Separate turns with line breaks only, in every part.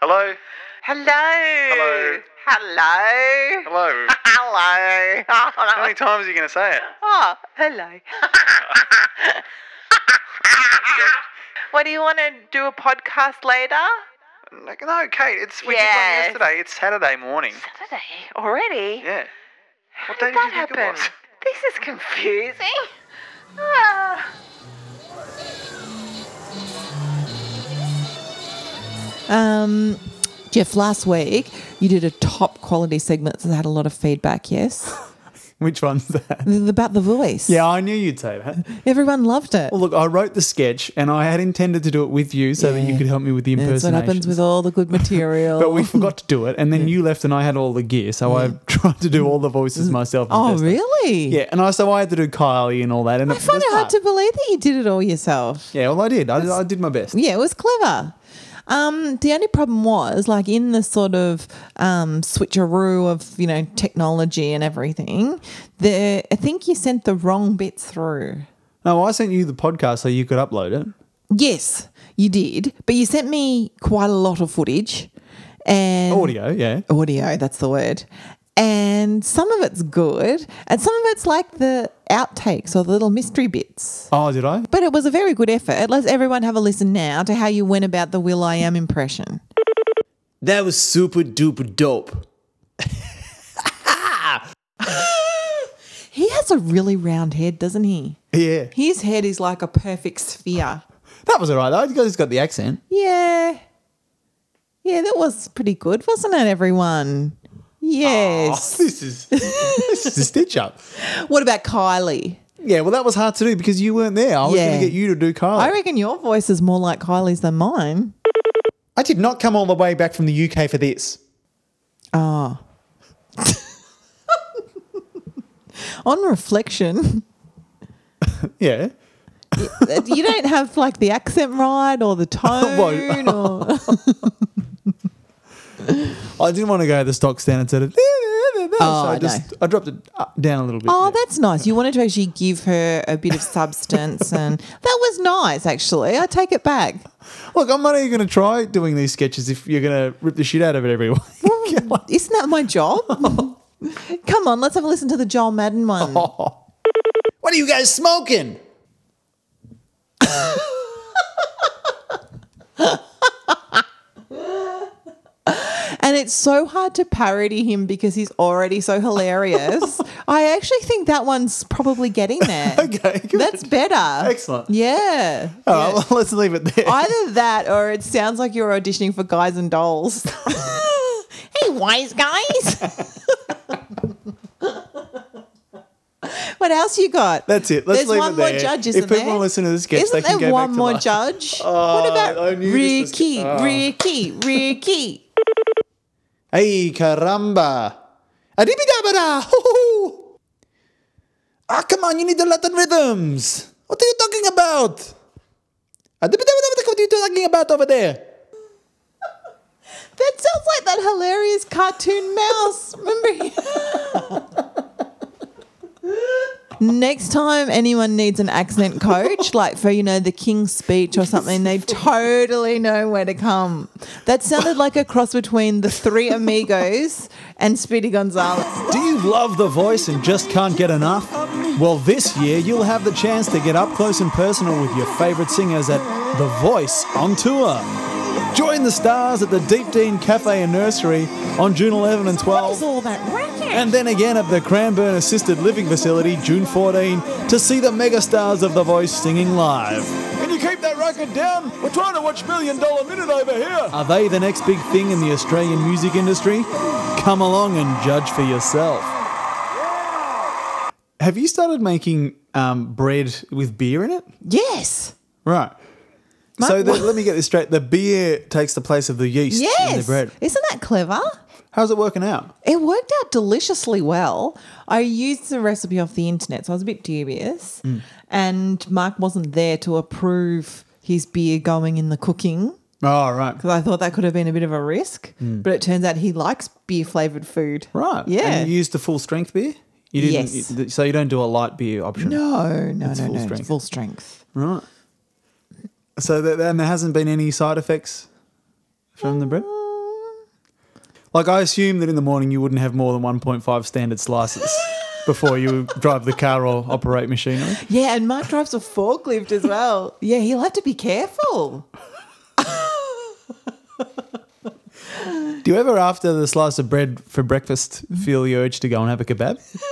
Hello?
Hello.
Hello.
Hello.
Hello?
Hello.
How many times are you going to say it?
Oh, hello. what do you want to do a podcast later?
Like, no, Kate, it's we
Yes.
did one yesterday. It's Saturday morning.
Saturday already?
Yeah. What
How
day
did
did
that
you think it
happen?
was?
This is confusing. Ah.
Um, Jeff, last week you did a top quality segment that had a lot of feedback. Yes,
Which one's that?
Th- about the voice.
Yeah, I knew you'd say that.
everyone loved it.
Well, look, I wrote the sketch and I had intended to do it with you so that
Yeah.
you could help me with the
Yeah, That's what
impersonation.
happens with all the good material.
but we forgot to do it, and then you left, and I had all the gear, so I tried to do all the voices myself. the
oh,
first time.
really?
Yeah, and I so I had to do Kylie and all that. And
I find it hard to believe that you did it all yourself.
Yeah, well, I did. I, I did my best.
Yeah, it was clever. Um, the only problem was, like, in the sort of um, switcheroo of you know technology and everything, the I think you sent the wrong bits through.
No, I sent you the podcast so you could upload it.
Yes, you did. But you sent me quite a lot of footage and
Audio, yeah.
Audio, that's the word. And some of it's good, and some of it's like the outtakes or the little mystery bits.
Oh, did I?
But it was a very good effort. Let's everyone have a listen now to how you went about the Will I Am impression.
That was super duper dope.
He has a really round head, doesn't he?
Yeah,
His head is like a perfect sphere.
that was alright though. You guys got the accent.
Yeah. Yeah, that was pretty good, wasn't it, everyone? Yes.
Oh, This is this is a stitch up.
What about Kylie?
Yeah, well, that was hard to do because you weren't there. I was
Yeah.
going to get you to do Kylie.
I reckon your voice is more like Kylie's than mine.
I did not come all the way back from the UK for this.
Oh. On reflection,
Yeah.
you don't have like the accent right or the tone or
I didn't want to go to the stock standard instead of. so I
no.
just I dropped it up, down a little bit.
Oh, that's nice. You wanted to actually give her a bit of substance and that was nice actually. I take it back.
Look, I'm not even going to try doing these sketches if you're going to rip the shit out of it every week.
Isn't that my job? Come on, let's have a listen to the Joel Madden one.
Oh. what are you guys smoking?
And it's so hard to parody him because he's already so hilarious. I actually think that one's probably getting there.
Okay, good.
That's better.
Excellent.
Yeah.
All right, well, let's leave it there.
Either that or it sounds like you're auditioning for guys and dolls. hey, wise guys. what else you got?
That's it. Let's
There's
leave
one
it
more
there.
judge,
If
isn't
people
there?
wanna listen to this sketch,
isn't
they can go
there
back
one
to
more
that.
judge?
Oh,
what about
I knew this was-
Ricky,
oh.
Ricky, Ricky?
Hey, caramba. Adibidabada. Hoo-hoo. Ah, come on, you need the Latin rhythms. What are you talking about? Adibidabada, what are you talking about over there?
That sounds like that hilarious cartoon mouse. Remember? Next time anyone needs an accent coach, like for, you know, the King's speech or something, they totally know where to come. That sounded like a cross between the three amigos and Speedy Gonzales.
Do you love the voice and just can't get enough? Well, this year you'll have the chance to get up close and personal with your favourite singers at The Voice on tour. Join the stars at the Deep Dean Cafe and Nursery on June 11 and 12.
all that racket?
And then again at the Cranbourne Assisted Living Facility, June 14, to see the megastars of The Voice singing live. Can you keep that racket down? We're trying to watch Million Dollar Minute over here. Are they the next big thing in the Australian music industry? Come along and judge for yourself. Have you started making um, bread with beer in it?
Yes.
Right.
My-
so the, let me get this straight. The beer takes the place of the yeast in the
Yes.
bread.
Isn't that clever?
How's it working out?
It worked out deliciously well. I used the recipe off the internet, so I was a bit dubious.
Mm.
And Mark wasn't there to approve his beer going in the cooking
Oh, right.
because I thought that could have been a bit of a risk. But it turns out he likes beer flavored food.
Mm. Right.
Yeah.
And you used the full strength beer? You didn't,
Yes.
you- so you don't do a light beer option?
no, no, no,
full
no. it's
strength.
full strength.
Right. So that, and there hasn't been any side effects from the bread?
Uh.
Like, I assume that in the morning you wouldn't have more than 1.5 standard slices before you drive the car or operate machinery.
Yeah, and Mark drives a forklift as well. Yeah, he'll have to be careful.
Do you ever, after the slice of bread for breakfast,
Mm-hmm.
feel the urge to go and have a kebab?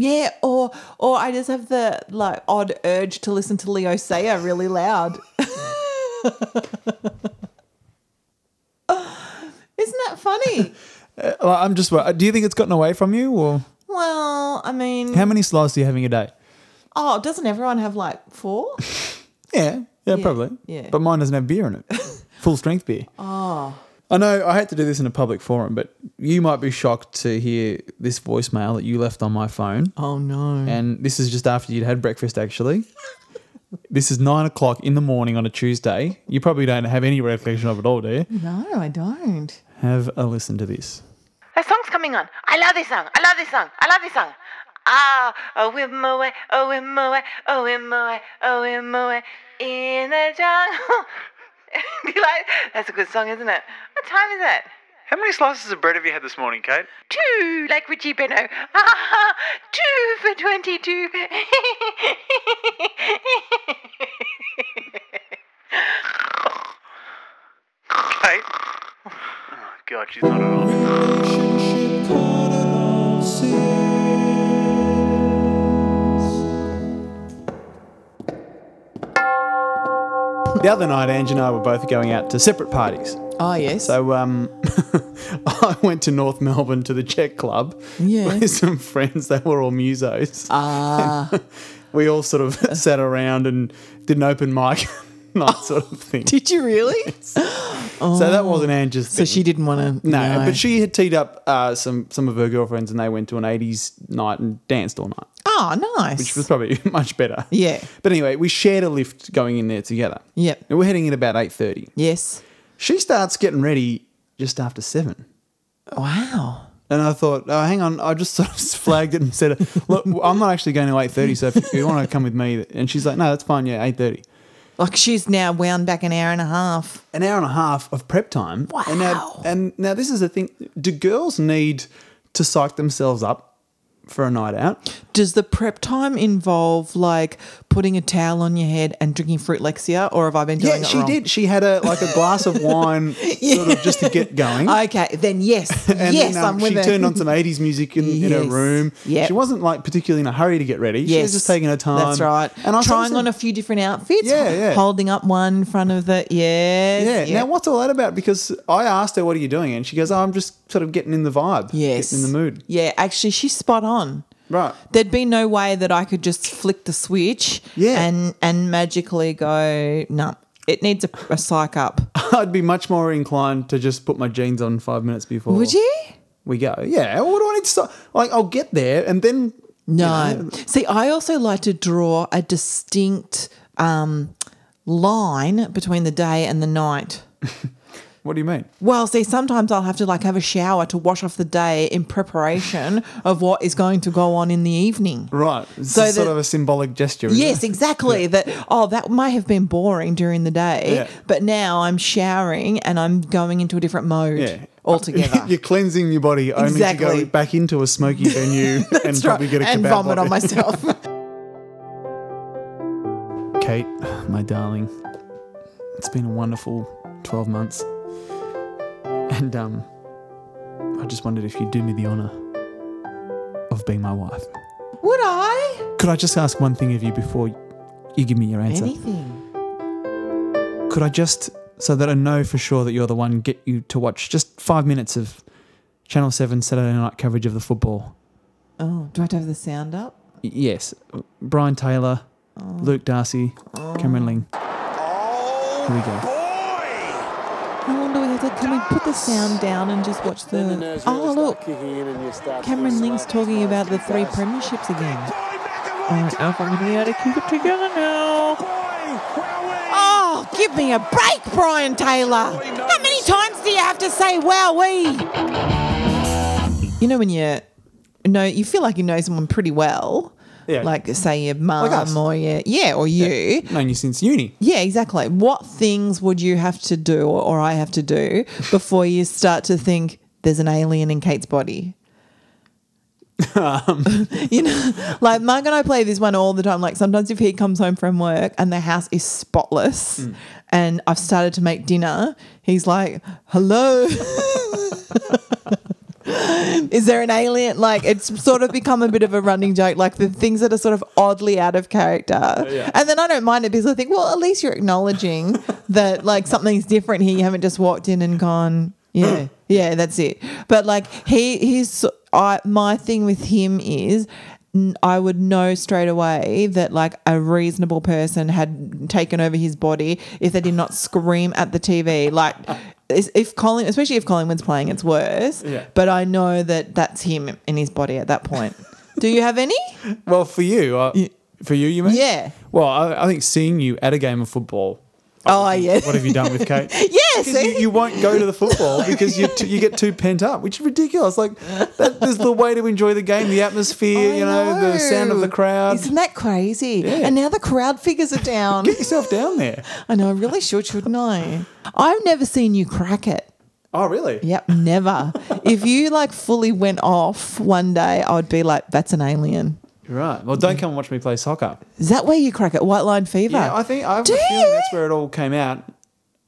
Yeah, or or I just have the like odd urge to listen to Leo Sayer really loud. Isn't that funny?
Well, Uh, I'm just. wor- Do you think it's gotten away from you, or
Well, I mean,
how many slices are you having a day?
oh, doesn't everyone have like four?
Yeah, yeah, probably.
yeah. Ah.
But mine doesn't have beer in it. Full strength beer. Oh. I know I hate to do this in a public forum, but you might be shocked to hear this voicemail that you left on my phone.
Oh no.
And this is just after you'd had breakfast, actually. this is nine o'clock in the morning on a Tuesday. You probably don't have any recollection of it all, do you?
No, I don't.
Have a listen to this.
That song's coming on. I love this song. I love this song. I love this song. Ah, oh, him away, oh, him away, oh, him away, oh, him away, in the jungle. Be like, that's a good song, isn't it? What time is it?
How many slices of bread have you had this morning, Kate?
Two, like Richie Benno. Ah, two for 22.
Kate? Oh, God, she's not at all.
The other night, Ange and I were both going out to separate parties.
Oh yes.
So um, I went to North Melbourne to the Czech Club
Yeah.
with some friends. They were all musos.
Ah. Uh.
we all sort of sat around and did an open mic night sort of thing.
did you really?
So that wasn't Ange's
So she didn't want to.
No, but she had teed up uh, some some of her girlfriends, and they went to an '80s night and danced all night,
Oh, nice.
which was probably much better.
Yeah.
But anyway, we shared a lift going in there together.
Yep.
And we're heading in about eight thirty.
Yes.
She starts getting ready just after seven.
Wow.
And I thought, oh, hang on, I just sort of flagged it and said, look, I'm not actually going to 8.30, so if you want to come with me. And she's like, no, that's fine, yeah, 8.30.
Like she's now wound back an hour and a half.
An hour and a half of prep time. Wow. And now, and now this is the thing. Do girls need to psych themselves up for a night out?
Does the prep time involve like putting a towel on your head and drinking fruit lexia, or have I been doing
yeah,
it
she
wrong?
did. She had a like a glass of wine sort of just to get going.
Okay, then yes,
and
yes,
then, um,
I'm with
she
her.
turned on some 80s music in, in her
Yes.
room.
Yep.
She wasn't like particularly in a hurry to get ready. She was just taking her time.
That's right.
And I was
trying on a few different outfits.
Yeah, yeah.
Holding up one in front of the yes.
Yeah. Now, what's all that about? Because I asked her, "What are you doing?" And she goes, oh, "I'm just sort of getting in the vibe,
Yes.
getting in the mood."
Yeah, actually, she's spot on.
Right.
There'd be no way that I could just flick the switch.
Yeah.
And and magically go no. It needs a, a psych up.
I'd be much more inclined to just put my jeans on five minutes before.
Would you?
We go. Yeah. What do I need to? Start? Like, I'll get there, and then
No. See, I also like to draw a distinct um, line between the day and the night.
what do you mean?
Well, see, sometimes I'll have to like have a shower to wash off the day in preparation of what is going to go on in the evening.
Right. This
So
is sort
that-
of a symbolic gesture. isn't
Yes,
it?
exactly. That oh, that may have been boring during the day,
Yeah.
but now I'm showering and I'm going into a different mode
Yeah.
altogether.
You're cleansing your body only to
Exactly.
go back into a smoky venue and
That's
probably
right.
get a
and
kebab
vomit on
it.
myself.
Kate, my darling, it's been a wonderful 12 months. And um, I just wondered if you'd do me the honour of being my wife.
Would I?
Could I just ask one thing of you before you give me your answer?
Anything.
Could I just, so that I know for sure that you're the one, get you to watch just five minutes of Channel 7 Saturday night coverage of the football?
Oh, do I have to have the sound up?
Y- Yes. Brian Taylor, Luke Darcy, Cameron Ling. Here we go.
How long do we have to? Can we put the sound down and just watch the? Oh look, Cameron Link's talking about the three premierships again. I don't know if I'm gonna be able to keep it together now. Oh, give me a break, Brian Taylor. How many times do you have to say "wowee"? You know when you, no, you feel like you know someone pretty well,
Yeah.
Like say your mum
us.
or your yeah or you.
Known you since uni.
Yeah, exactly. What things would you have to do or, or I have to do before you start to think there's an alien in Kate's body? you know, like Mark and I play this one all the time. Like sometimes if he comes home from work and the house is spotless and I've started to make dinner, he's like, hello. Is there an alien? Like it's sort of become a bit of a running joke. Like the things that are sort of oddly out of character,
Yeah.
and then I don't mind it because I think, well, at least you're acknowledging that like something's different here. You haven't just walked in and gone, yeah, yeah, that's it. But like he, he's, I, my thing with him is. n- I would know straight away that like a reasonable person had taken over his body if they did not scream at the TV. Like is- if Colin, especially if Collingwood's playing, it's worse.
Yeah.
But I know that that's him in his body at that point. Do you have any?
Well, for you, uh, for you, you mean?
Yeah.
Well, I, I think seeing you at a game of football.
Oh yeah.
What have you done with Kate?
Yes.
Because you, you won't go to the football because you t- you get too pent up, which is ridiculous. Like that is the way to enjoy the game, the atmosphere,
I
you know, the sound of the
know.
crowd.
Isn't that crazy?
Yeah.
And now the crowd figures are down.
Get yourself down there.
I know, I really should, shouldn't I? I've never seen you crack it.
Oh, really?
Yep, never. if you like fully went off one day, I would be like, that's an alien.
Right. Well, don't come and watch me play soccer.
Is that where you crack it? White line fever.
Yeah, I think I have
Do
a feeling
you?
that's where it all came out.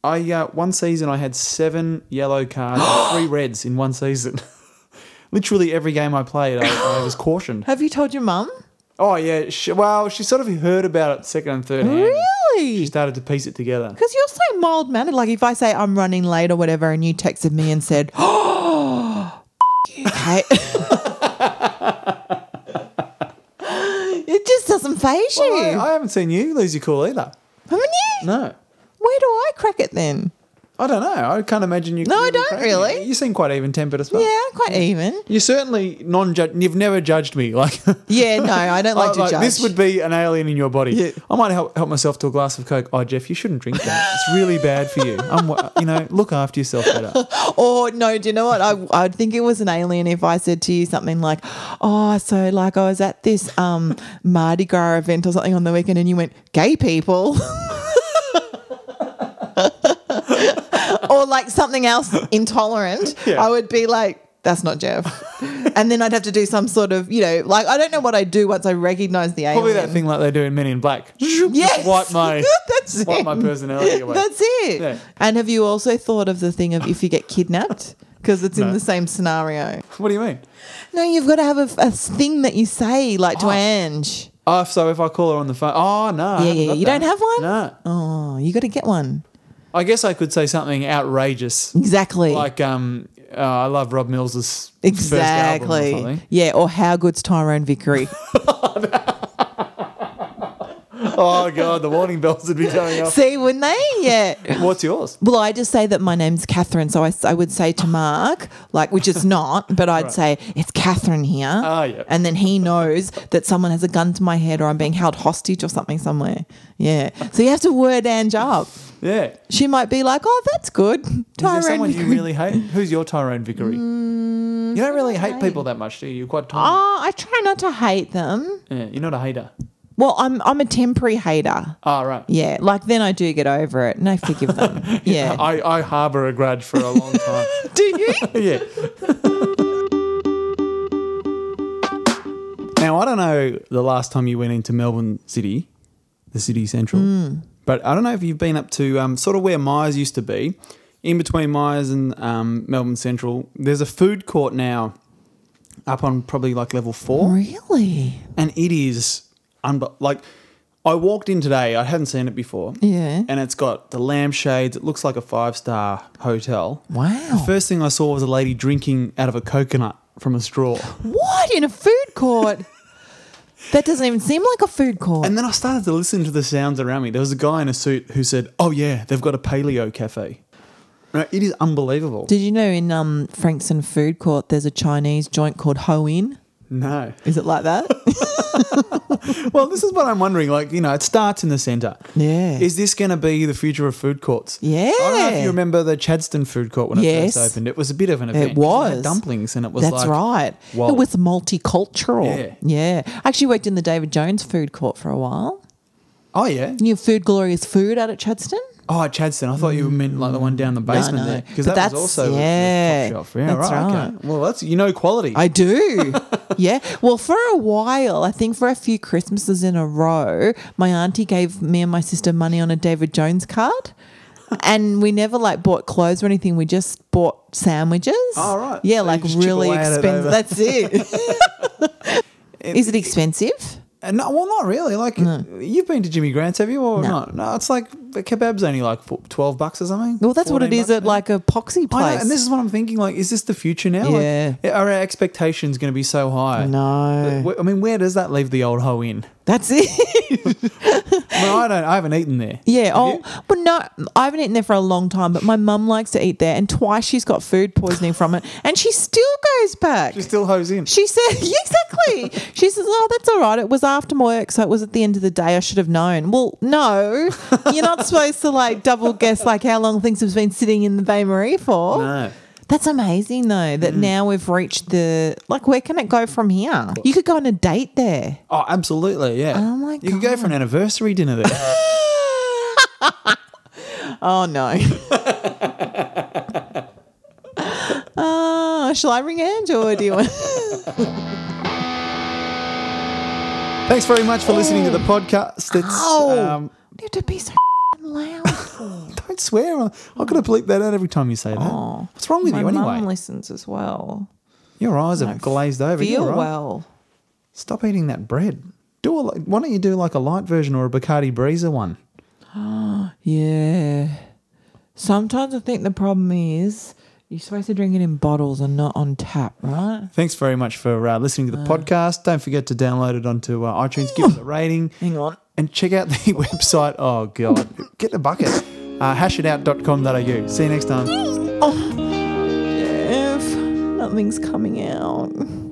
I uh, one season I had seven yellow cards, three reds in one season. Literally every game I played, I, I was cautioned.
Have you told your mum?
Oh yeah, she, well she sort of heard about it second and third hand. She
Really?
started to piece it together.
Because you're so mild mannered. Like if I say I'm running late or whatever, and you texted me and said, "Oh, you, Kate." it just doesn't phase you,
Well, I, I haven't seen you lose your cool either.
haven't you?
No,
Where do I crack it then?
I don't know. I can't imagine you.
No, I don't
cracking
really.
it. You seem quite even tempered as well.
Yeah, I'm quite even.
You're certainly non judge. You've never judged me. Like,
Yeah, no, I don't like to judge.
This would be an alien in your body.
Yeah.
I might help, help myself to a glass of Coke. Oh, Jeff, you shouldn't drink that. It's really bad for you. I'm, wa- you know, look after yourself better.
Or Oh, no, do you know what? I I'd think it was an alien if I said to you something like, "Oh, so like I was at this um Mardi Gras event or something on the weekend," and you went, "Gay people." or like something else intolerant,
Yeah.
I would be like, that's not Jeff. and then I'd have to do some sort of, you know, like I don't know what I do once I recognize the alien.
Probably that thing like they do in Men in Black.
Yes.
Just wipe my,
That's
wipe
it.
my personality away.
That's it.
Yeah.
And have you also thought of the thing of if you get kidnapped? Because it's
No.
in the same scenario.
what do you mean?
No, you've got to have a, a thing that you say, like to
Oh.
Ange.
Oh, so if I call her on the phone, oh no, I haven't
yeah, yeah.
got
You
that.
don't have one?
No,
Oh, you got to get one.
I guess I could say something outrageous,
Exactly.
like um, uh, I love Rob Mills's First album or
exactly.
something.
Yeah. Or how good's Tyrone Vickery?
oh god, the warning bells would be going off.
See, wouldn't they? Yeah.
What's yours?
Well, I just say that my name's Catherine, so I, s- I would say to Mark, like, which it's not, but I'd say it's Catherine here.
Ah, yeah.
And then he knows that someone has a gun to my head, or I'm being held hostage, or something somewhere. Yeah. So you have to word Ange up.
Yeah.
She might be like, "Oh, that's good."
Is there someone
Tyrone.
you really hate? Who's your Tyrone Vickery?
Mm.
you don't really hate people that much, do you? You're quite tolerant.
Oh, I try not to hate them.
Yeah, you're not a hater.
Well, I'm I'm a temporary hater.
Ah, right.
Yeah, like then I do get over it and I forgive them. Yeah.
I, I harbour a grudge for a long time.
do you?
yeah. now, I don't know the last time you went into Melbourne City, the city central,
Hmm.
but I don't know if you've been up to um, sort of where Myers used to be. In between Myers and um, Melbourne Central, there's a food court now up on probably like level four.
Really?
and it is unbe- like I walked in today. I hadn't seen it before.
Yeah.
and it's got the lampshades. It looks like a five star hotel. The
Wow.
first thing I saw was a lady drinking out of a coconut from a straw,
What in a food court? that doesn't even seem like a food court.
and then I started to listen to the sounds around me. There was a guy in a suit who said, "Oh yeah, they've got a paleo cafe." Now, it is unbelievable.
Did you know in um, Frankston Food Court there's a Chinese joint called Ho In?
no,
Is it like that?
well, this is what I'm wondering. Like, you know, it starts in the centre.
Yeah.
Is this going to be the future of food courts?
Yeah.
I don't know if you remember the Chadston food court when
Yes.
it first opened. It was a bit of an event. 'cause they had
was.
dumplings, and it was
That's
like,
right.
Whoa.
It was multicultural.
Yeah.
Yeah. I actually worked in the David Jones food court for a while.
Oh yeah.
You know Food Glorious Food out at Chadston?
Oh, at Chadston. I thought you meant like the one down the basement
Mm. no.
there because
But
that
that's-
was also
yeah.
the top shelf. Yeah,
That's
right. Okay.
right.
Well, that's you know quality.
I do. yeah. Well, for a while, I think for a few Christmases in a row, my auntie gave me and my sister money on a David Jones card. And we never like bought clothes or anything. We just bought sandwiches.
Oh, right.
Yeah,
So you
like
just chip
really
away at it over-
expensive. That's it. Is it expensive?
And no, well, not really. Like you've been to Jimmy Grant's, have you, or
No.
not? No, it's like the kebab's only like four- twelve bucks or something.
Well, that's what it
14
is
bucks
at
maybe.
like a poxy
I know,
place.
and this is what I'm thinking. Like, is this the future now? Like,
Yeah.
are our expectations going to be so high?
no,
Wh- I mean, where does that leave the old hoe in?
that's it.
I, mean, I don't. I haven't eaten there.
Yeah.
Have
Oh,
you?
but no, I haven't eaten there for a long time. But my mum likes to eat there, and twice she's got food poisoning from it, and she still goes back.
she still hoes in.
She said, yeah, exactly. she says, oh, that's all right. It was after work, so it was at the end of the day. I should have known. Well, no, you're not supposed to like double guess like how long things have been sitting in the Bay Marie for.
No. Mm.
That's amazing though. That now we've reached the like. Where can it go from here? You could go on a date there.
Oh, absolutely. Yeah.
Oh, my
You can go for an anniversary dinner there.
Oh no. Oh, shall I ring Andrew or do you want?
Thanks very much for listening to the podcast. It's
Ow.
um,
You have to be so loud.
don't swear. I could have bleeped that out every time you say that.
Oh.
What's wrong with
My
you anyway?
mum listens as well.
Your eyes have glazed over. You
Feel
all right?
well.
Stop eating that bread. Do a, li- why don't you do like a light version or a Bacardi Breezer one?
Yeah. Sometimes I think the problem is you're supposed to drink it in bottles and not on tap, right?
Thanks very much for uh, listening to the podcast. Don't forget to download it onto uh, iTunes, give it a rating,
Hang on.
and check out the website. Oh, God. Get the bucket. Uh, hashitout.com.au. See you next time.
If nothing's coming out.